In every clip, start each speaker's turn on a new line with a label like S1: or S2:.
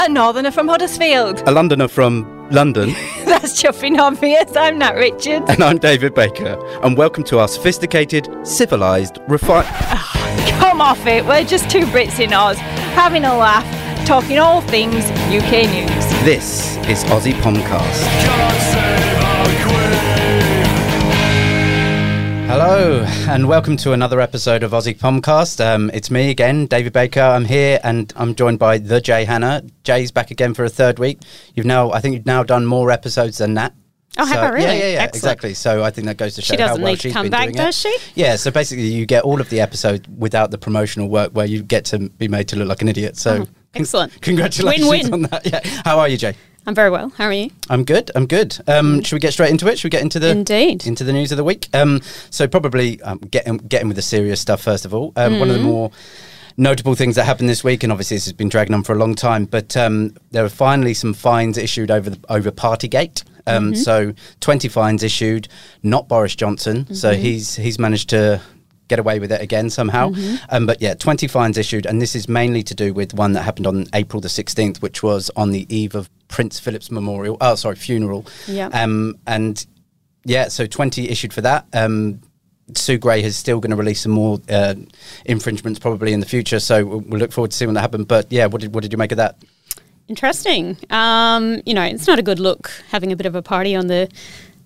S1: a northerner from Huddersfield.
S2: A Londoner from London,
S1: That's chuffing obvious. I'm Nat Richard.
S2: and I'm David Baker, and welcome to our sophisticated, civilised, refined.
S1: Come off it. We're just two Brits in Oz, having a laugh, talking all things UK news.
S2: This is Aussie Pomcast. Hello, and welcome to another episode of Aussie Pomcast. Um, it's me again, David Baker. I'm here, and I'm joined by the Jay Hannah. Jay's back again for a third week. You've now, I think, you've now done more episodes than that.
S3: Oh, have
S2: So-
S3: I really?
S2: Yeah, yeah, yeah,
S3: Excellent.
S2: exactly. So I think that goes to show
S3: She doesn't
S2: how well
S3: need to
S2: she's
S3: come
S2: been
S3: back,
S2: doing
S3: does
S2: it.
S3: she?
S2: Yeah, so basically you get all of the episodes without the promotional work where you get to be made to look like an idiot. So
S3: Uh-huh. excellent.
S2: Congratulations
S3: Win-win.
S2: on that. Yeah. How are you, Jay?
S3: I'm very well. How are you?
S2: I'm good. I'm good. Um, should we get straight into it? Should we get into the
S3: Mm. Indeed.
S2: into the news of the week? Um, so probably um, getting getting with the serious stuff first of all. Um, One of the
S3: Mm.
S2: more notable things that happened this week, and obviously this has been dragging on for a long time, but um, there are finally some fines issued over the, over Partygate. Um,
S3: Mm-hmm.
S2: So twenty fines issued, not Boris Johnson. So
S3: Mm-hmm.
S2: he's he's managed to. Get away with it again somehow,
S3: Mm-hmm.
S2: um, but yeah, twenty fines issued, and this is mainly to do with one that happened on April the sixteenth, which was on the eve of Prince Philip's memorial. Oh, sorry, funeral.
S3: Yeah.
S2: Um, and yeah, so 20 issued for that. Um, Sue Gray is still going to release some more uh, infringements probably in the future. So we'll, we'll look forward to seeing when that happens. But yeah, what did, what did you make of that?
S3: Interesting. Um, you know, it's not a good look having a bit of a party on the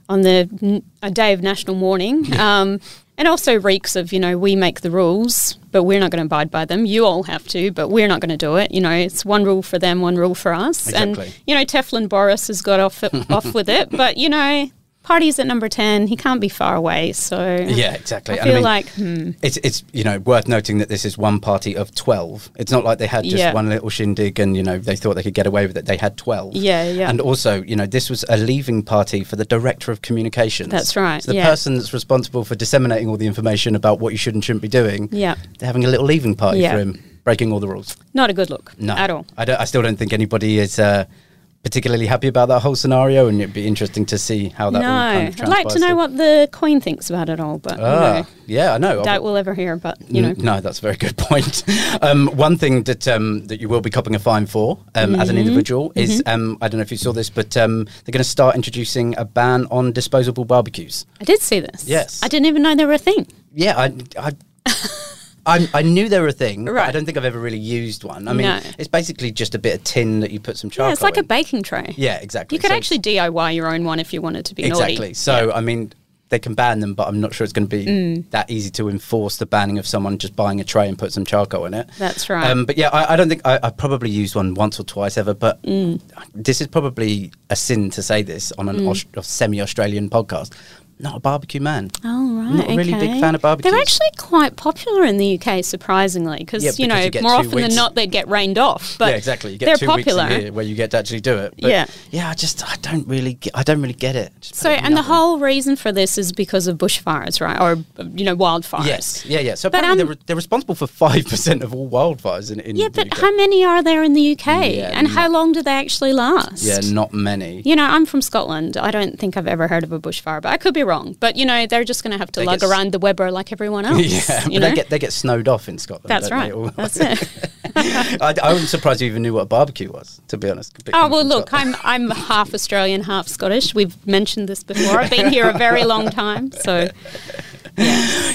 S3: on the n- a day of national mourning, um, and also reeks of you know we make the rules, but we're not going to abide by them. You all have to, but we're not going to do it. You know, it's one rule for them, one rule for us.
S2: Exactly.
S3: And you know, Teflon Boris has got off off with it, but you know, party's at number ten. He can't be far away. So
S2: Yeah, exactly.
S3: I
S2: And
S3: feel
S2: mean,
S3: like hmm,
S2: it's, it's, you know, worth noting that this is one party of 12. It's not like they had just
S3: Yeah.
S2: one little shindig and, you know, they thought they could get away with it. They had 12.
S3: Yeah, yeah.
S2: And also, you know, this was a leaving party for the director of communications.
S3: That's right,
S2: So the
S3: yeah.
S2: person that's responsible for disseminating all the information about what you should and shouldn't be doing.
S3: Yeah.
S2: They're having a little leaving party
S3: Yeah.
S2: for him, breaking all the rules.
S3: not a good look
S2: No,
S3: at all.
S2: I, don't, I still don't think anybody is uh, particularly happy about that whole scenario, and it'd be interesting to see how that.
S3: no,
S2: all kind of
S3: I'd like to
S2: transpires
S3: know
S2: then.
S3: what the Queen thinks about it all, but you
S2: Ah,
S3: know,
S2: yeah, I know.
S3: doubt we'll ever hear. But you know,
S2: N- No, that's a very good point. um, one thing that um, that you will be copping a fine for um, as
S3: Mm-hmm.
S2: an individual is um, I don't know if you saw this, but um, they're going to start introducing a ban on disposable barbecues.
S3: I did see this.
S2: Yes.
S3: I didn't even know they were a thing.
S2: Yeah, I. I I, I knew they were a thing. But I
S3: Right.
S2: don't think I've ever really used one. I mean,
S3: No.
S2: it's basically just a bit of tin that you put some charcoal.
S3: Yeah, it's like a
S2: in.
S3: baking tray.
S2: Oh, yeah, exactly.
S3: You could
S2: So-
S3: actually DIY your own one if you wanted to be
S2: Exactly.
S3: naughty.
S2: So I mean, they can ban them, but I'm not sure it's going to be
S3: Mm.
S2: that easy to enforce the banning of someone just buying a tray and put some charcoal in it.
S3: That's right.
S2: Um, but yeah, I, I don't think I, I probably used one once or twice ever. But
S3: Mm.
S2: this is probably a sin to say this on an Aus- a semi-Australian podcast. Not a barbecue man.
S3: Oh right,
S2: Not a really big
S3: okay.
S2: fan of barbecues.
S3: They're actually quite popular in the UK, surprisingly, because
S2: Yeah,
S3: you
S2: because
S3: know
S2: you get
S3: more
S2: two
S3: often
S2: weeks.
S3: than not they'd get rained off. But
S2: yeah, exactly. You get
S3: they're
S2: two
S3: popular.
S2: weeks a year where you get to actually do it. But
S3: Yeah.
S2: yeah. I just I don't really get, I don't really get it. Just
S3: So,
S2: put it in
S3: and the
S2: oven.
S3: whole reason for this is because of bushfires, right? Or you know, wildfires.
S2: yes, yeah, yeah. So
S3: But,
S2: apparently
S3: um,
S2: they're, re- they're responsible for five percent of all wildfires in, in
S3: Yeah,
S2: the
S3: but
S2: UK.
S3: how many are there in the UK?
S2: Yeah,
S3: and how long do they actually last?
S2: Yeah, not many.
S3: You know, I'm from Scotland. I don't think I've ever heard of a bushfire, but I could be wrong. But you know, they're just going to have to
S2: They
S3: lug
S2: get s-
S3: around the Weber like everyone else.
S2: Yeah,
S3: you
S2: but
S3: know?
S2: they get they get snowed off in Scotland.
S3: That's
S2: don't
S3: right.
S2: they? All-
S3: That's it.
S2: I, I wasn't surprised you even knew what a barbecue was, to be honest.
S3: Oh well, look, I'm I'm half Australian, half Scottish. We've mentioned this before. I've been here a very long time, so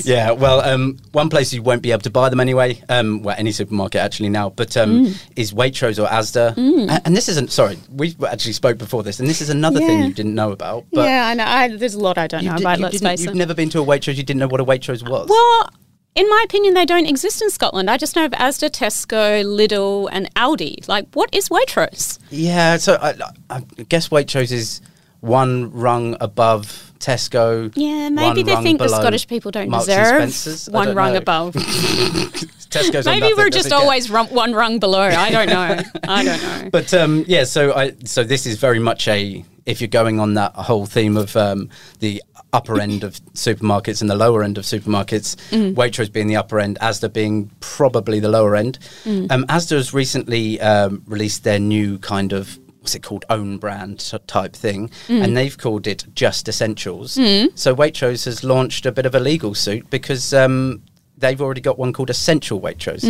S2: yeah. Well, um, one place you won't be able to buy them anyway, um, well, any supermarket actually now, but um,
S3: Mm.
S2: is Waitrose or ASDA. A- And this isn't sorry, we actually spoke before this, and this is another thing
S3: Yeah.
S2: you didn't know about. But
S3: yeah, I know. I, there's a lot I don't
S2: you
S3: know
S2: di-
S3: about.
S2: you
S3: Let's
S2: didn't-
S3: face
S2: You've
S3: it.
S2: never been to a Waitrose. You didn't know what a Waitrose was.
S3: Well, in my opinion, they don't exist in Scotland. I just know of Asda, Tesco, Lidl, and Aldi. Like, what is Waitrose?
S2: Yeah. So I, I guess Waitrose is one rung above Tesco.
S3: Yeah, maybe
S2: one
S3: they
S2: rung
S3: think the
S2: below
S3: Scottish people don't
S2: Marks and Spencers.
S3: deserve
S2: I
S3: one
S2: don't
S3: rung
S2: know.
S3: above.
S2: Tesco's on
S3: Maybe
S2: nothing,
S3: we're
S2: does
S3: just
S2: it? Yeah.
S3: always rung, one rung below. I don't know. I don't know.
S2: But um, yeah, so I so this is very much a if you're going on that whole theme of um, the upper end of supermarkets and the lower end of supermarkets,
S3: Mm.
S2: Waitrose being the upper end, ASDA being probably the lower end.
S3: Mm.
S2: Um, ASDA has recently um, released their new kind of what's it called own brand t- type thing,
S3: Mm.
S2: and they've called it Just Essentials. So Waitrose has launched a bit of a legal suit because. Um, they've already got one called Essential Waitrose.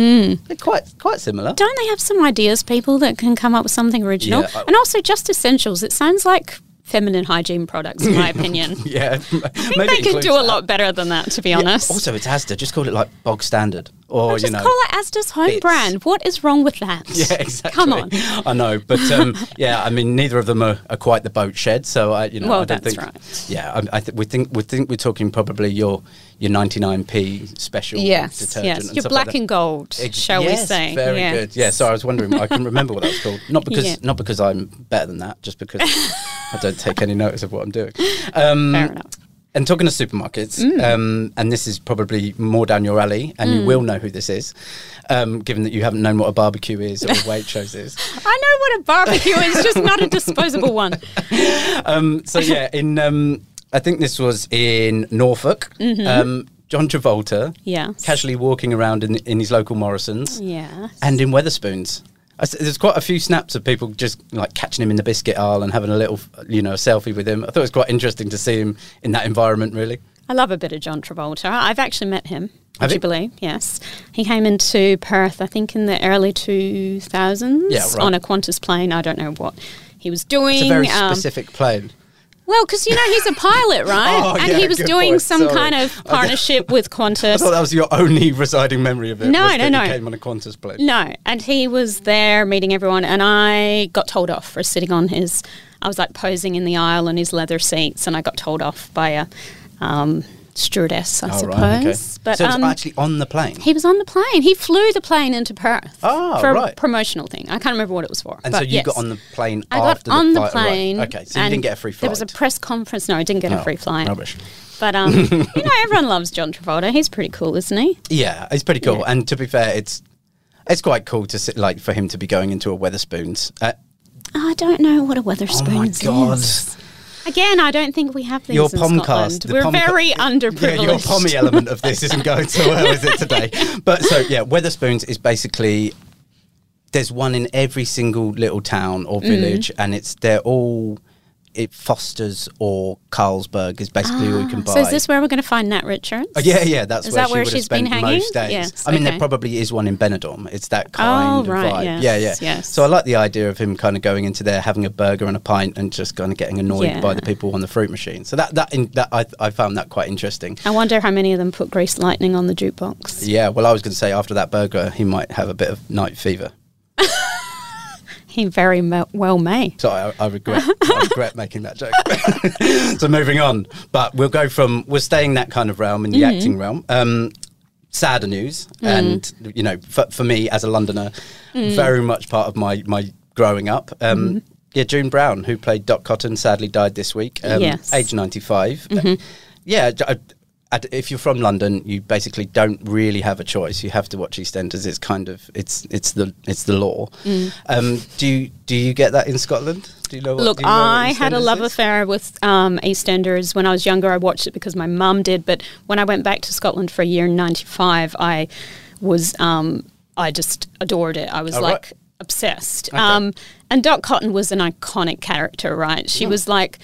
S2: They're quite quite similar.
S3: Mm. Don't they have some ideas, people, that can come up with something original?
S2: Yeah, I-
S3: and also just essentials. It sounds like feminine hygiene products, in my opinion. I
S2: yeah, I think
S3: think they could do a lot better than that, to be honest.
S2: Also, it's Asda. Just call it like bog standard, or
S3: Just
S2: you know,
S3: call it Asda's home
S2: bits.
S3: brand. What is wrong with that?
S2: Yeah, exactly.
S3: Come on.
S2: I know, but um, yeah, I mean, neither of them are, are quite the boat shed. So I, you know,
S3: Well,
S2: I don't
S3: that's
S2: think.
S3: right.
S2: Yeah, I, I th- we think we think we're talking probably your your 99p special
S1: Yes,
S2: detergent.
S3: Yes,
S2: and
S3: your
S2: stuff
S3: black
S2: like that.
S3: and gold,
S2: Ex-
S3: shall we
S2: yes, um,
S3: say?
S2: Very
S3: Yeah.
S2: good. Yeah. So I was wondering. I couldn't remember what that was called. Not because
S3: Yeah.
S2: not because I'm better than that. Just because I don't take any notice of what I'm doing. Um,
S3: Fair enough.
S2: and talking to supermarkets,
S3: Mm.
S2: um, and this is probably more down your alley, and you will know who this is, um, given that you haven't known what a barbecue is or a Waitrose is.
S3: I know what a barbecue is, just not a disposable one.
S2: so yeah, in um, I think this was in Norfolk. Um, John Travolta,
S3: Mm-hmm. Yes.
S2: casually walking around in, in his local Morrison's
S3: Yeah.
S2: and in Weatherspoons. I s there's quite a few snaps of people just like catching him in the biscuit aisle and having a little, you know, selfie with him. I thought it was quite interesting to see him in that environment. Really,
S3: I love a bit of John Travolta. I've actually met him.
S2: Have
S3: Would
S2: you?
S3: you believe? Yes. He came into Perth, I think, in the early 2000s
S2: Yeah, right.
S3: on a Qantas plane. I don't know what he was doing.
S2: it's a very
S3: um,
S2: specific plane.
S3: Well, because, you know, he's a pilot, right?
S2: Oh,
S3: and
S2: yeah,
S3: he was
S2: good
S3: doing
S2: point.
S3: some
S2: Sorry.
S3: kind of partnership with
S2: I
S3: Qantas.
S2: thought that was your only residing memory of it.
S3: No,
S2: was
S3: no,
S2: that
S3: no.
S2: You came on a Qantas plane.
S3: No, and he was there meeting everyone, and I got told off for sitting on his. I was like posing in the aisle on his leather seats, and I got told off by a um, stewardess, I
S2: Oh,
S3: suppose.
S2: right, okay.
S3: But
S2: so it's
S3: um,
S2: actually on the plane.
S3: he was on the plane. He flew the plane into Perth
S2: Oh,
S3: for a
S2: right.
S3: promotional thing. I can't remember what it was for.
S2: And
S3: but
S2: so you
S3: yes.
S2: got on the plane
S3: I got
S2: after
S3: on the,
S2: flight arrived.
S3: plane.
S2: Okay, so you
S3: and
S2: didn't get a free flight.
S3: There was a press conference. No, I didn't get
S2: Oh,
S3: a free flight.
S2: Rubbish.
S3: But um, you know, everyone loves John Travolta. He's pretty cool, isn't he?
S2: Yeah, it's pretty cool. And to be fair, it's it's quite cool to sit like for him to be going into a Weatherspoons. Uh,
S3: Oh, I don't know what a Weatherspoons
S2: oh my god.
S3: is. Again, I don't think we have these
S2: Your
S3: in
S2: pomcast,
S3: Scotland.
S2: the
S3: We're
S2: pomca-
S3: very underprivileged.
S2: Yeah, your pommy element of this isn't going so well, is it today? But so yeah, Weatherspoons is basically there's one in every single little town or
S3: Mm.
S2: village, and it's they're all it Fosters or Carlsberg is basically all you can buy.
S3: Ah, so is this where we're going to find Nat Richards?
S2: Oh, yeah, yeah, that's
S3: Is
S2: where
S3: that
S2: she
S3: where
S2: would have
S3: she's been
S2: spent
S3: hanging?
S2: most days.
S3: Yes,
S2: I mean, there
S3: okay. Oh,
S2: probably is one in Benidorm. It's that kind of
S3: right,
S2: vibe.
S3: yes,
S2: yeah, yeah.
S3: yes.
S2: So I like the idea of him kind of going into there, having a burger and a pint, and just kind of getting annoyed by
S3: Yeah.
S2: the people on the fruit machine. So that that in, that I, I found that quite interesting.
S3: I wonder how many of them put Grease Lightning on the jukebox.
S2: Yeah. Well, I was going to say after that burger, he might have a bit of night fever.
S3: He very me- well may.
S2: So I, I regret I regret making that joke. so moving on, but we'll go from we're staying that kind of realm in the
S3: Mm-hmm.
S2: acting realm. Um, sadder news,
S3: Mm.
S2: and you know, for, for me as a Londoner, very much part of my my growing up. Um,
S3: Mm-hmm.
S2: Yeah, June Brown, who played Doc Cotton, sadly died this week, um,
S3: Yes. Mm-hmm.
S2: age ninety Yeah. I, I- if you're from London, you basically don't really have a choice. You have to watch EastEnders. It's kind of it's it's the it's the law.
S3: Mm.
S2: Um, do you do you get that in Scotland? Do you know? What,
S3: Look,
S2: do you know what
S3: I had a
S2: EastEnders
S3: love
S2: is?
S3: affair with um, EastEnders when I was younger. I watched it because my mum did, but when I went back to Scotland for a year in '95, I was um, I just adored it. I was
S2: Oh, right.
S3: like obsessed. Um, and Dot Cotton was an iconic character, right?
S2: Hmm.
S3: She was like.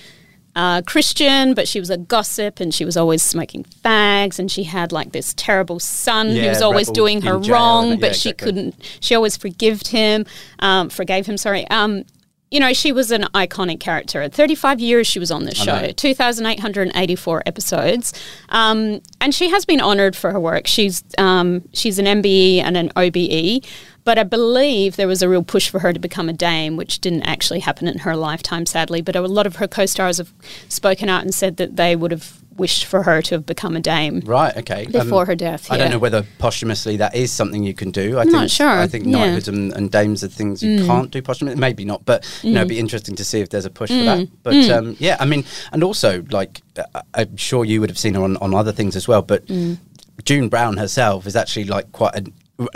S3: Uh, Christian, but she was a gossip and she was always smoking fags. And she had like this terrible son who
S2: Yeah,
S3: was always
S2: rebel
S3: doing her
S2: in jail,
S3: wrong,
S2: and-
S3: but
S2: yeah,
S3: she
S2: exactly.
S3: couldn't couldn't- She always forgived him, um, forgave him. Sorry. Um, you know, she was an iconic character. At 35 years, she was on this
S2: know.
S3: show, 2,884 episodes, um, and she has been honoured for her work. She's um, she's an MBE and an OBE, but I believe there was a real push for her to become a dame, which didn't actually happen in her lifetime, sadly. But a lot of her co-stars have spoken out and said that they would have wished for her to have become a dame
S2: Right. Okay. Um,
S3: before her death.
S2: I don't
S3: yeah.
S2: know whether posthumously that is something you can do. I
S3: I'm
S2: think,
S3: not sure.
S2: I think
S3: Yeah. Mm.
S2: knighthoods and, and dames are things you can't do posthumously. Maybe not, but you know, it'd be interesting to see if there's a push for
S3: Mm.
S2: that. But um, yeah, I mean, and also like I- I'm sure you would have seen her on, on other things as well. But
S3: Mm.
S2: June Brown herself is actually like quite a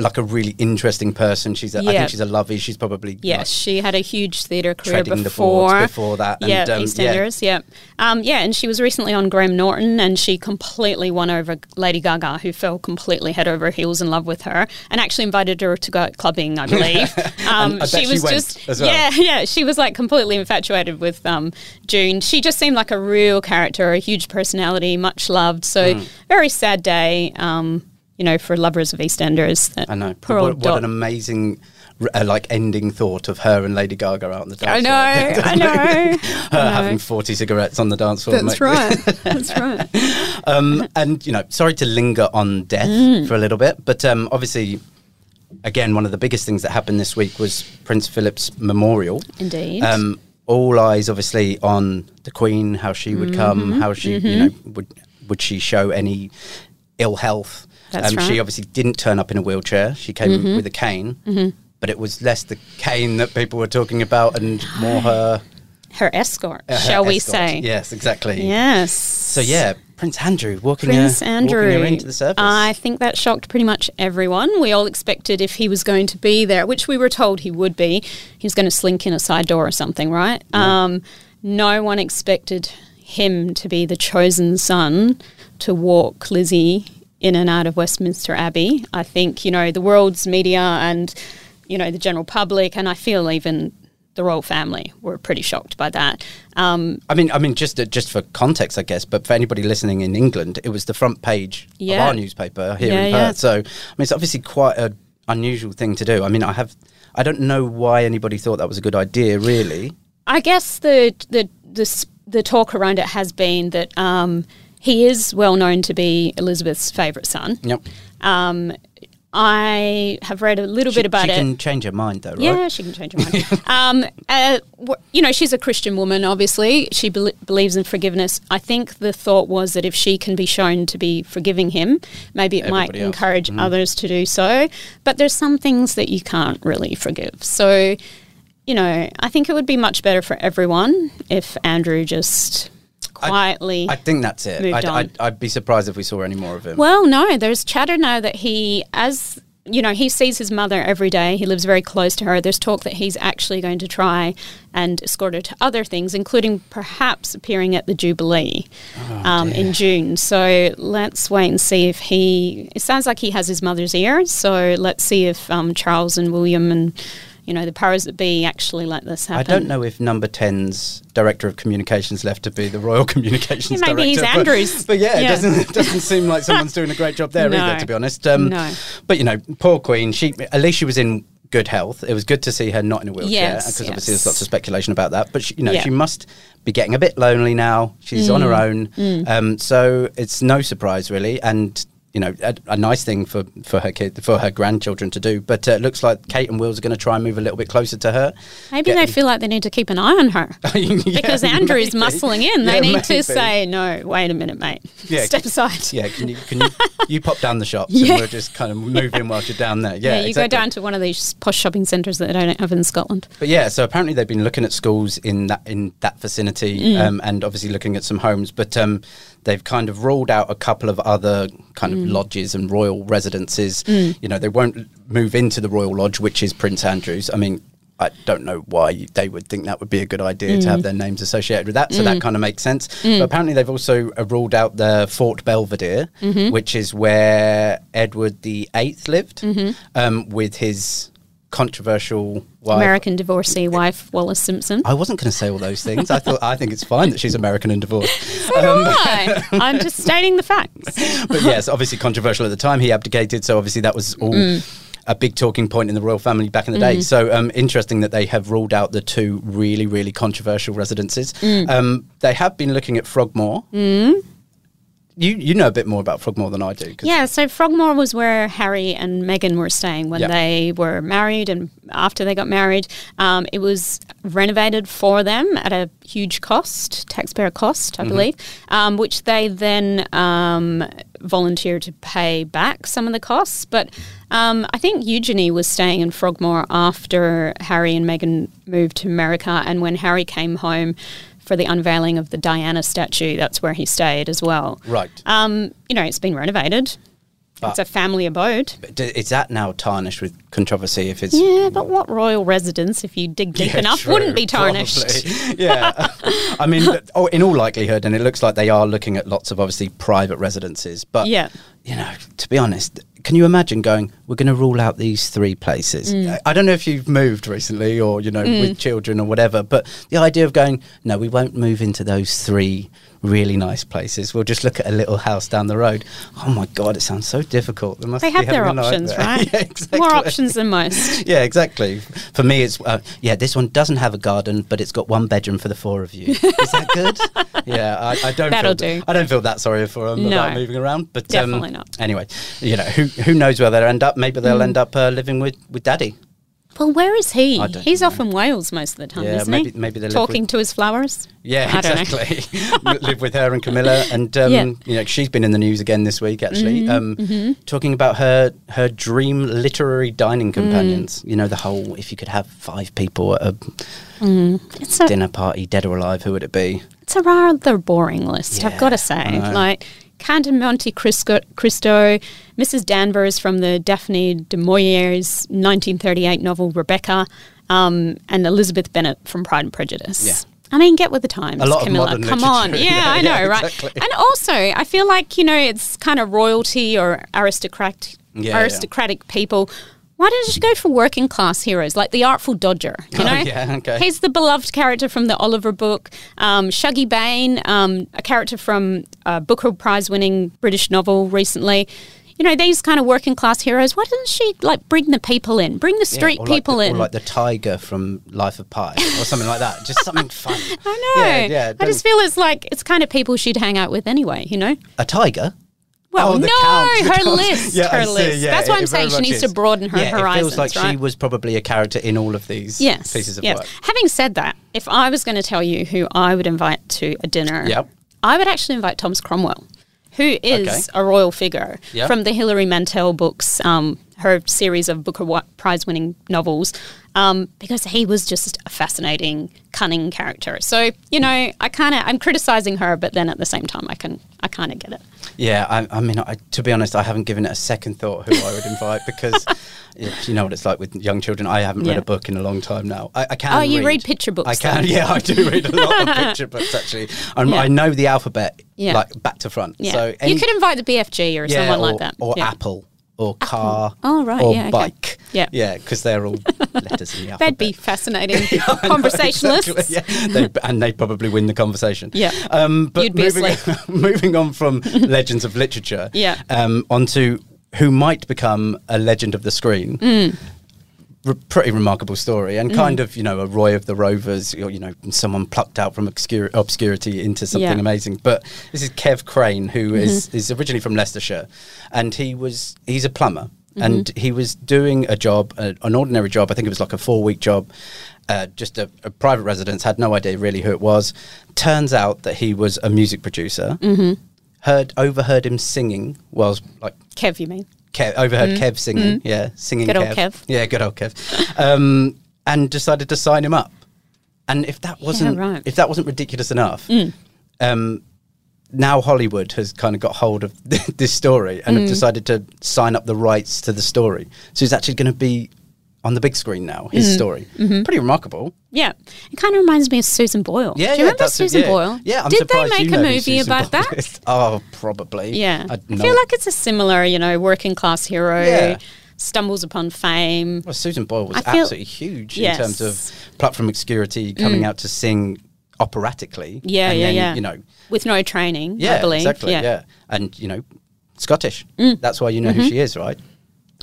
S2: like a really interesting person. She's a I
S3: Yeah.
S2: think she's a lovey. She's probably like,
S3: Yes, she had a huge theatre career
S2: treading the
S3: before.
S2: boards before that, and,
S3: yeah,
S2: um, yeah.
S3: EastEnders. Yeah, Um, yeah, and she was recently on Graham Norton, and she completely won over Lady Gaga, who fell completely head over heels in love with her, and actually invited her to go out clubbing, I believe. Um,
S2: And I bet she went as well.
S3: yeah, yeah, she was like completely infatuated with um, June. She just seemed like a
S2: Hmm.
S3: real character, a huge personality, much loved. So very sad day. Um, you know, for lovers of EastEnders. That
S2: I know. But
S3: Poor
S2: what,
S3: old
S2: what
S3: Dot.
S2: an amazing, r- uh, like, ending thought of her and Lady Gaga out on the
S3: I
S2: dance
S3: know,
S2: floor.
S3: I know. I
S2: Her
S3: know.
S2: having 40 cigarettes on the dance floor.
S3: That's
S2: mate.
S3: right. That's right. Mm.
S2: Um, and, you know, sorry to linger on death for a little bit, but um, obviously, again, one of the biggest things that happened this week was Prince Philip's memorial.
S3: Indeed.
S2: Um, all eyes, obviously, on the Queen, how she would come,
S3: Mm-hmm.
S2: how she, you know, would would she show any ill health? Um,
S3: That's
S2: She
S3: right. Mm-hmm.
S2: obviously didn't turn up in a wheelchair. She came with a cane, but it was less the cane that people were talking about and more her.
S3: her escort,
S2: Uh, her
S3: shall we
S2: escort.
S3: say?
S2: Yes, exactly.
S3: Yes.
S2: So yeah, Prince Andrew walking
S3: Prince
S2: her,
S3: Andrew.
S2: walking her into the service.
S3: I think that shocked pretty much everyone. We all expected if he was going to be there, which we were told he would be, he was going to slink in a side door or something, right? Um, no one expected him to be the chosen son to walk Lizzie in and out of Westminster Abbey. I think, you know, the world's media and, you know, the general public, and I feel even the royal family were pretty shocked by that. Um,
S2: I mean, I mean, just uh, just for context, I guess, but for anybody listening in England, it was the front page of
S3: Yeah.
S2: our newspaper here
S3: Yeah,
S2: in
S3: yeah.
S2: Perth. So, I mean, it's obviously quite an unusual thing to do. I mean, I have, I don't know why anybody thought that was a good idea, really.
S3: I guess the the the s- the talk around it has been that um, he is well known to be Elizabeth's favourite son.
S2: Yep.
S3: Um, I have read a little
S2: She,
S3: bit about
S2: she
S3: it.
S2: can change her mind, though, right?
S3: Yeah, she can change her mind. um, uh, wh- you know, she's a Christian woman, obviously. She bel believes in forgiveness. I think the thought was that if she can be shown to be forgiving him, maybe it
S2: Everybody
S3: might
S2: else. Mm-hmm.
S3: encourage others to do so. But there's some things that you can't really forgive. So, you know, I think it would be much better for everyone if Andrew just quietly.
S2: I think that's it.
S3: Moved
S2: I'd,
S3: on.
S2: I'd, I'd be surprised if we saw any more of him.
S3: Well, no, there's chatter now that he, as you know, he sees his mother every day. He lives very close to her. There's talk that he's actually going to try and escort her to other things, including perhaps appearing at the Jubilee
S2: Oh,
S3: um, in June. So let's wait and see if he. It sounds like he has his mother's ear. So let's see if um, Charles and William and you know the powers that be actually let this happen.
S2: I don't know if Number 10's director of communications left to be the Royal Communications
S3: Yeah, maybe he's
S2: director. but-
S3: Andrew's.
S2: But, yeah, It,
S3: Yeah.
S2: doesn't, it doesn't seem like someone's doing a great job there
S3: No.
S2: either, to be honest. Um,
S3: No.
S2: But, you know, poor Queen, she at least she was in good health. It was good to see her not in a wheelchair
S3: Yes,
S2: because obviously
S3: yes.
S2: there's lots of speculation about that. But, she, you know,
S3: Yeah. Mm.
S2: she must be getting a bit lonely now. She's on her own. Um, so it's no surprise, really. And, you know, a, a nice thing for, for her kid, for her grandchildren to do. But uh, it looks like Kate and Will's are going to try and move a little bit closer to her.
S3: Maybe
S2: Get-
S3: they feel like they need to keep an eye on her. because Andrew's muscling in. They need to say, no, wait a minute, mate.
S2: Yeah,
S3: Step
S2: c-
S3: aside.
S2: Yeah, can you can you, you pop down the shops
S3: Yeah.
S2: and we'll just kind of move in whilst you're down there. Yeah,
S3: Yeah, you
S2: exactly.
S3: go down to one of these posh shopping centres that they don't have in Scotland.
S2: But yeah, so apparently they've been looking at schools in that in that vicinity, um, and obviously looking at some homes. But um, they've kind of ruled out a couple of other kind of lodges and royal residences. You know, they won't move into the royal lodge, which is Prince Andrew's. I mean. I don't know why you- they would think that would be a good idea to have their names associated with that, so that kind of makes sense. But apparently, they've also uh, ruled out the Fort Belvedere, which is where Edward the Eighth lived, um, with his controversial wife
S3: American divorcee wife Wallace Simpson.
S2: I wasn't going to say all those things. I thought I think it's fine that she's American and divorced.
S3: So do I. I'm just stating the facts.
S2: But yes, obviously controversial at the time. He abdicated, so obviously that was all a big talking point in the royal family back in the day. So um, interesting that they have ruled out the two really, really controversial residences. Um, they have been looking at Frogmore. You you know a bit more about Frogmore than I do. 'cause-
S3: Yeah, so Frogmore was where Harry and Meghan were staying when
S2: Yeah.
S3: they were married and after they got married. Um, it was renovated for them at a huge cost, taxpayer cost, I
S2: Mm-hmm.
S3: believe, um, which they then um, volunteered to pay back some of the costs. But um, I think Eugenie was staying in Frogmore after Harry and Meghan moved to America, and when Harry came home. For the unveiling of the Diana statue, that's where he stayed as well.
S2: Right.
S3: Um, you know, it's been renovated. it's a family abode.
S2: But d- Is that now tarnished with controversy if it's
S3: Yeah, but what royal residence, if you dig deep
S2: Yeah,
S3: enough,
S2: true,
S3: wouldn't be tarnished?
S2: probably. Yeah. I mean, but- oh, in all likelihood, and it looks like they are looking at lots of obviously private residences. But,
S3: Yeah.
S2: you know, to be honest, can you imagine going, we're going to rule out these three places?
S3: Mm.
S2: I- I don't know if you've moved recently or, you know, with children or whatever, but the idea of going, no, we won't move into those three really nice places. We'll just look at a little house down the road. Oh my god, it sounds so difficult. They must
S3: They
S2: be
S3: have their
S2: having a night
S3: options,
S2: there.
S3: right?
S2: yeah, exactly.
S3: More options than most.
S2: Yeah, exactly. For me, it's uh, yeah. This one doesn't have a garden, but it's got one bedroom for the four of you. Is that good? yeah, I, I don't.
S3: That'll
S2: feel,
S3: do.
S2: I don't feel that sorry for them
S3: No.
S2: about moving around, but um,
S3: Definitely not. Mm.
S2: Anyway, you know who who knows where they'll end up. Maybe they'll end up uh, living with with daddy.
S3: Well, where is he?
S2: I don't
S3: He's
S2: know.
S3: off in Wales most of the time,
S2: Yeah,
S3: isn't
S2: maybe-
S3: he?
S2: maybe they live
S3: talking
S2: with-
S3: to his flowers.
S2: Yeah,
S3: I don't know.
S2: exactly. Li- Live with her and Camilla, and um,
S3: Yeah. Mm-hmm,
S2: you know she's been in the news again this week. Actually, um, talking about her her dream literary
S3: Mm.
S2: dining companions. You know the whole if you could have five people at a
S3: It's a
S2: dinner party, dead or alive, who would it be?
S3: it's a rather boring list, I've
S2: Yeah,
S3: got to
S2: I
S3: say.
S2: know.
S3: Like Count of Monte Crisco- Cristo, Mrs. Danvers from the Daphne du Maurier's 1938 novel Rebecca, um, and Elizabeth Bennet from Pride and Prejudice.
S2: Yeah.
S3: I mean, get with the times,
S2: A lot of
S3: Camilla.
S2: modern
S3: Come
S2: literature
S3: on,
S2: in
S3: yeah,
S2: there.
S3: I know,
S2: Yeah,
S3: right?
S2: exactly.
S3: And also, I feel like you know, it's kind of royalty or aristocrat,
S2: Yeah, yeah.
S3: aristocratic people. Why don't you just go for working class heroes like the Artful Dodger? You
S2: Oh,
S3: know,
S2: yeah, okay.
S3: He's the beloved character from the Oliver book. Um, Shuggy Bain, um, a character from a Booker Prize winning British novel recently. You know, these kind of working class heroes. Why doesn't she like bring the people in? Bring the
S2: Yeah,
S3: street
S2: or
S3: people
S2: like the,
S3: in.
S2: or like the tiger from Life of Pi, or something like that. Just something fun.
S3: I know.
S2: Yeah, yeah.
S3: I just
S2: don't-
S3: feel it's like it's kind of people she'd hang out with anyway, you know?
S2: a tiger.
S3: Well,
S2: Oh, the
S3: no,
S2: counts, the
S3: her
S2: counts.
S3: list.
S2: Yeah, I
S3: her
S2: see,
S3: list.
S2: yeah,
S3: That's why
S2: it
S3: I'm
S2: very
S3: saying she
S2: much
S3: needs
S2: is.
S3: to broaden her
S2: yeah,
S3: horizons.
S2: It feels like
S3: right?
S2: she was probably a character in all of these
S3: yes.
S2: pieces of
S3: yes.
S2: work.
S3: Having said that, if I was going to tell you who I would invite to a dinner,
S2: Yep.
S3: I would actually invite Thomas Cromwell, who is
S2: Okay.
S3: a royal figure
S2: Yep.
S3: from the Hilary Mantel books, um, her series of Booker Wi- Prize winning novels, um, because he was just a fascinating, cunning character. So, you know, I kind of, I'm criticizing her, but then at the same time, I can, I kind of get it.
S2: Yeah, I, I mean, I, to be honest, I haven't given it a second thought who I would invite because y- you know what it's like with young children. I haven't read
S3: Yeah.
S2: a book in a long time now. I, I can.
S3: Oh, you read picture books
S2: I can.
S3: then.
S2: Yeah, I do read a lot of picture books actually. Um,
S3: Yeah.
S2: I know the alphabet
S3: Yeah.
S2: like back to front.
S3: Yeah.
S2: So any,
S3: you could invite the BFG or
S2: yeah,
S3: someone
S2: or,
S3: like that.
S2: or
S3: yeah.
S2: Apple or car.
S3: Oh, right,
S2: Or
S3: yeah, okay.
S2: bike.
S3: Yeah.
S2: Yeah, because they're all letters in the alphabet.
S3: That'd be fascinating conversationalists.
S2: Exactly, yeah. They- and they probably win the conversation.
S3: Yeah.
S2: Um, but
S3: You'd be
S2: moving,
S3: asleep.
S2: moving on from legends of literature,
S3: Yeah.
S2: um, onto who might become a legend of the screen.
S3: Mm.
S2: Re- pretty remarkable story, and kind of you know a Roy of the Rovers, or, you know someone plucked out from obscur- obscurity into something
S3: Yeah.
S2: amazing. But this is Kev Crane, who is is originally from Leicestershire, and he was he's a plumber, and he was doing a job, a, an ordinary job. I think it was like a four week job. Uh, just a, a private residence, had no idea really who it was. Turns out that he was a music producer. Heard overheard him singing whilst like
S3: Kev, you mean?
S2: Kev, overheard Kev singing. Yeah, singing.
S3: Mm. Good old
S2: Kev.
S3: Kev.
S2: Yeah, good old Kev. Um, and decided to sign him up. And if that wasn't
S3: right. Mm.
S2: if that wasn't ridiculous enough, um, now Hollywood has kind of got hold of this story and
S3: Mm.
S2: have decided to sign up the rights to the story. So he's actually going to be on the big screen now.
S3: Mm.
S2: His story,
S3: Mm-hmm.
S2: pretty remarkable.
S3: Yeah, it kind of reminds me of Susan Boyle.
S2: Yeah,
S3: Do you
S2: yeah,
S3: remember
S2: that's-
S3: Susan
S2: yeah.
S3: Boyle?
S2: Yeah, I'm
S3: did they
S2: surprised
S3: make
S2: you
S3: a
S2: know who
S3: movie
S2: Susan
S3: about
S2: Boyle
S3: that?
S2: is. Oh, probably.
S3: Yeah, I,
S2: I,
S3: feel like it's a similar, you know, working class hero
S2: Yeah.
S3: stumbles upon fame.
S2: Well, Susan Boyle was
S3: I feel-
S2: absolutely huge
S3: Yes. Mm.
S2: in terms of plucked from obscurity, coming out to sing operatically.
S3: Yeah,
S2: and
S3: yeah,
S2: then,
S3: yeah.
S2: You know,
S3: with no training.
S2: yeah,
S3: I believe.
S2: exactly, yeah. and you know, Scottish.
S3: Mm.
S2: That's why you know
S3: Mm-hmm.
S2: who she is, right?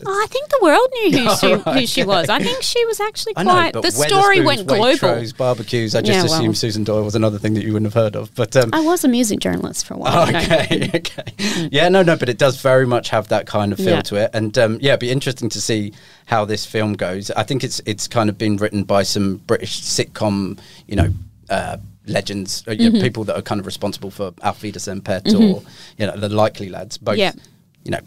S3: Oh, I think the world knew who she, who she was. I think she was actually
S2: I know,
S3: quite.
S2: but
S3: the story
S2: Wetherspoons,
S3: went global.
S2: Waitrose, barbecues. I just
S3: Yeah, well.
S2: assumed Susan Doyle was another thing that you wouldn't have heard of, but um,
S3: I was a music journalist for a while.
S2: Oh,
S3: you know.
S2: okay, okay. Yeah, no, no, but it does very much have that kind of feel
S3: Yeah.
S2: to it, and um, yeah, it'd be interesting to see how this film goes. I think it's it's kind of been written by some British sitcom, you know. Uh, Legends, uh,
S3: Mm-hmm.
S2: you know, people that are kind of responsible for Alfida and Pet or you know the Likely Lads, both
S3: Yeah.
S2: you know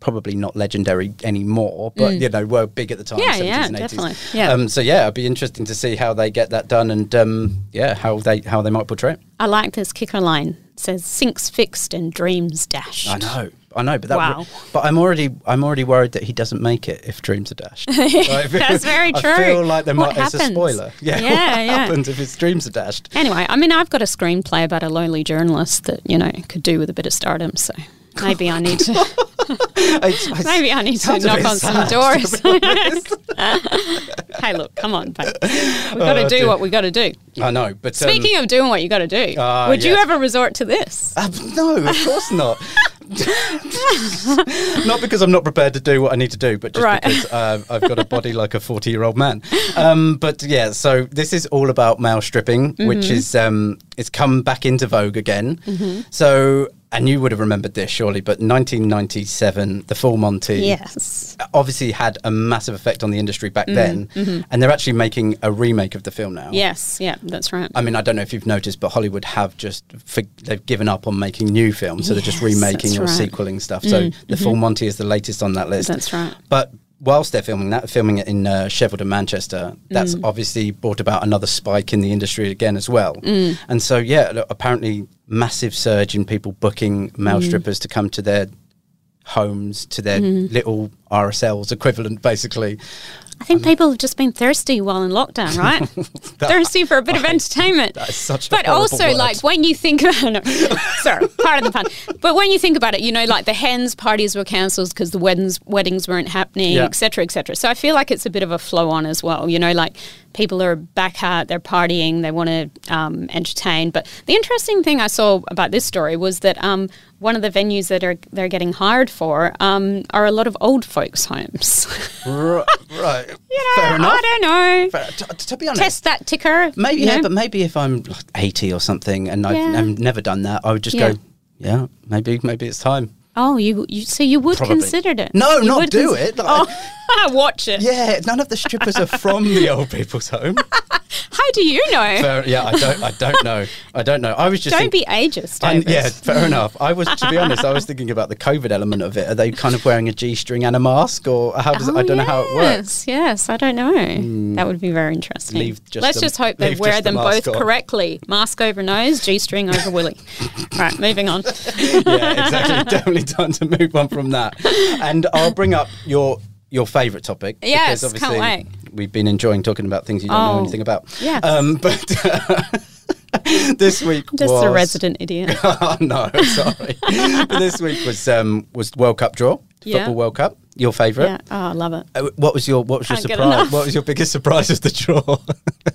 S2: probably not legendary anymore, but you know were big at the time.
S3: Mm. Yeah,
S2: 70s
S3: yeah,
S2: and 80s.
S3: definitely. Yeah.
S2: Um, so yeah, it'd be interesting to see how they get that done and um, yeah, how they how they might portray it.
S3: I like this kicker line. It says sinks fixed and dreams dashed.
S2: I know, I know, but that.
S3: Wow.
S2: but I'm already, I'm already worried that he doesn't make it if dreams are dashed. Like,
S3: That's very
S2: I
S3: true.
S2: feel like there
S3: What
S2: might, it's a
S3: happens?
S2: spoiler. Yeah,
S3: Yeah,
S2: what
S3: yeah.
S2: happens if his dreams are dashed?
S3: Anyway, I mean, I've got a screenplay about a lonely journalist that you know could do with a bit of stardom. So maybe I need to
S2: It's- it's-
S3: Maybe I need to
S2: sounds a
S3: knock
S2: bit
S3: on some
S2: sad,
S3: doors.
S2: to be honest.
S3: hey, look, come on, babe. We've got to
S2: Oh,
S3: do
S2: dear.
S3: what we got to do.
S2: I know, but um,
S3: Speaking of doing what you got to do,
S2: Ah,
S3: would you
S2: yes.
S3: ever resort to this?
S2: Uh, no, of course not. not because I'm not prepared to do what I need to do, but just
S3: Right.
S2: because uh, I've got a body like a 40 year old man. Um, but yeah, so this is all about male stripping, which
S3: Mm-hmm.
S2: is um, it's come back into vogue again. So, and you would have remembered this surely, but 1997, the full Monty
S3: Yes.
S2: obviously had a massive effect on the industry back then, and they're actually making a remake of the film now.
S3: Yes. Mm-hmm. Yeah, that's right.
S2: I mean, I don't know if you've noticed, but Hollywood have just for, they've given up on making new films, so they're just
S3: Yes,
S2: remaking
S3: that's
S2: or
S3: right. Mm, mm-hmm.
S2: sequeling stuff. So the Full Monty is the latest on that list.
S3: That's right.
S2: But whilst they're filming that, filming it in uh, Sheffield and Manchester, that's
S3: Mm.
S2: obviously brought about another spike in the industry again as well.
S3: Mm.
S2: And so, yeah, look, apparently massive surge in people booking male
S3: Mm.
S2: strippers to come to their homes to their
S3: Mm-hmm.
S2: little RSLs equivalent, basically.
S3: I think people have just been thirsty while in lockdown, right? thirsty for a bit of entertainment.
S2: that is such a
S3: But
S2: horrible
S3: also,
S2: word.
S3: like when you think about, no, sorry, pardon the pun. But when you think about it, you know, like the hens parties were cancelled because the weddings weddings weren't happening,
S2: Yeah.
S3: etc., et cetera, et cetera. So I feel like it's a bit of a flow on as well. You know, like people are back out, they're partying, they want to um, entertain. But the interesting thing I saw about this story was that um, one of the venues that are they're getting hired for um, are a lot of old folks' homes.
S2: right. right. Fair
S3: I
S2: enough.
S3: don't know.
S2: Fair- to, to be honest,
S3: Test that ticker.
S2: Maybe
S3: you
S2: yeah,
S3: know?
S2: but maybe if I'm like eighty or something and I've,
S3: Yeah.
S2: I've never done that, I would just
S3: Yeah.
S2: go, yeah, maybe maybe it's time.
S3: Oh, you, you so you would
S2: Probably.
S3: considered it?
S2: No,
S3: You
S2: not
S3: would
S2: do
S3: consi-
S2: it, like-
S3: oh, watch it.
S2: Yeah, none of the strippers are from the old people's home.
S3: How do you know?
S2: Fair- yeah, I don't, I don't know, I don't know. I was just
S3: Don't
S2: think-
S3: be ageist,
S2: I-
S3: David.
S2: yeah, fair enough. I was, to be honest, I was thinking about the COVID element of it. Are they kind of wearing a g-string and a mask, or how does it,
S3: Oh,
S2: I don't know how it works. Mm.
S3: yes, Yes, I don't know. That would be very interesting.
S2: Leave just
S3: Let's
S2: the-
S3: just hope they
S2: leave
S3: wear
S2: just the
S3: them
S2: mask
S3: both
S2: on.
S3: correctly. Mask over nose, g-string over willy. right, moving on.
S2: yeah, exactly. Definitely time to move on from that. And I'll bring up your your favourite topic.
S3: Yes,
S2: because
S3: can't
S2: obviously We've been enjoying talking about things you don't
S3: Oh,
S2: know anything about.
S3: yes.
S2: Um, but this week
S3: Just
S2: was
S3: a resident idiot.
S2: oh no, sorry. but this week was um, was World Cup draw,
S3: Yeah.
S2: football World Cup. Your favourite.
S3: yeah. Oh, I love it.
S2: Uh, What was your what was your
S3: Can't get
S2: surprise?
S3: enough.
S2: What was your biggest surprise of the draw?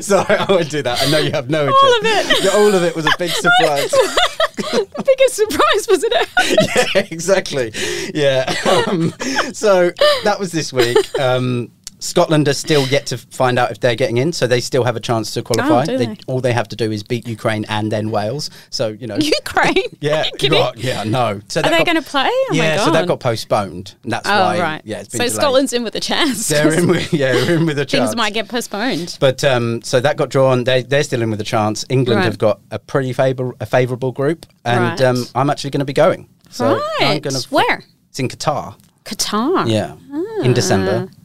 S2: Sorry, I won't do that. I know you have no
S3: All
S2: interest. All of it. all of it was a big surprise.
S3: The biggest surprise was it?
S2: yeah, exactly. Yeah. Um, so that was this week. Um, Scotland are still yet to find out if they're getting in, so they still have a chance to qualify.
S3: Oh, do they?
S2: All they have to do is beat Ukraine and then Wales. So you know,
S3: Ukraine.
S2: yeah,
S3: Kidding?
S2: right, yeah, no. So
S3: Are they going to play? Oh
S2: yeah,
S3: my God.
S2: so that got postponed. And that's
S3: Oh
S2: why.
S3: right.
S2: Yeah, it's
S3: so
S2: been delayed.
S3: Scotland's in with a chance.
S2: They're in with yeah, they're in with a chance.
S3: Things might get postponed.
S2: But um, so that got drawn. They, they're still in with a chance. England
S3: Right.
S2: have got a pretty favor- a favourable group, and
S3: Right.
S2: um, I'm actually going to be going. So I'm
S3: right.
S2: gonna f-
S3: Where?
S2: It's in Qatar.
S3: Qatar. Mm.
S2: Yeah, in December.
S3: Ah.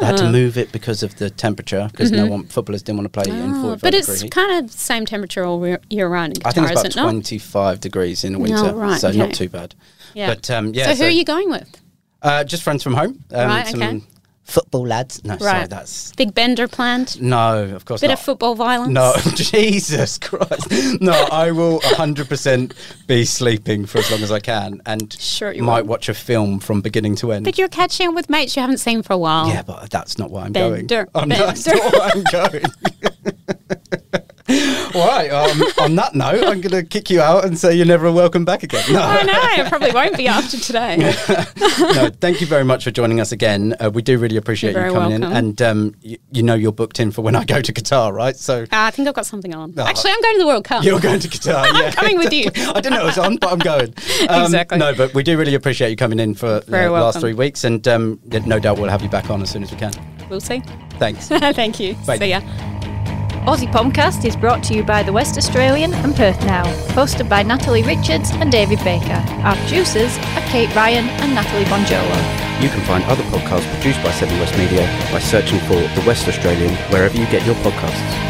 S2: They had to move it because of the temperature, because no one footballers didn't want to play in 45
S3: Mm-hmm. Ah, but it's
S2: degree heat.
S3: kind of same temperature all re- year round in Qatar,
S2: I think it's about
S3: is it not? Oh,
S2: 25 degrees in the winter,
S3: right,
S2: so
S3: okay.
S2: not too bad.
S3: Yeah.
S2: But um, yeah,
S3: so, who are you going with?
S2: Uh, just friends from home. Um,
S3: Right,
S2: some
S3: okay.
S2: Football lads. No, sorry,
S3: Right.
S2: that's
S3: Big bender planned.
S2: no, of course
S3: Bit
S2: not.
S3: of football violence.
S2: No, Jesus Christ. No, I will 100% be sleeping for as long as I can and
S3: Sure you
S2: might
S3: will.
S2: watch a film from beginning to end.
S3: But you're catching up with mates you haven't seen for a while.
S2: yeah, but that's not why I'm
S3: Oh. Bender,
S2: going. I'm not, that's
S3: bender.
S2: not why I'm going. All right, um, on that note, I'm going to kick you out and say you're never welcome back again.
S3: I
S2: No,
S3: know. It probably won't be after today.
S2: no, thank you very much for joining us again. Uh, we do really appreciate
S3: You're
S2: you
S3: very
S2: coming in.
S3: welcome.
S2: And um, you, you know you're booked in for when I go to Qatar, right? So
S3: Uh, I think I've got something on.
S2: Oh.
S3: Actually, I'm going to the World Cup.
S2: You're going to Qatar.
S3: I'm
S2: yeah.
S3: coming with you.
S2: I didn't know it was on, but I'm going. Um,
S3: Exactly.
S2: No, but we do really appreciate you coming in for the
S3: Very
S2: last
S3: welcome.
S2: three weeks, and um, yeah, no doubt we'll have you back on as soon as we can.
S3: We'll see.
S2: Thanks.
S3: Thank you.
S2: Bye.
S3: See ya.
S1: Aussie Pomcast is brought to you by The West Australian and Perth Now, hosted by Natalie Richards and David Baker. Our producers are Kate Ryan and Natalie Bonjolo.
S2: You can find other podcasts produced by Seven West Media by searching for The West Australian wherever you get your podcasts.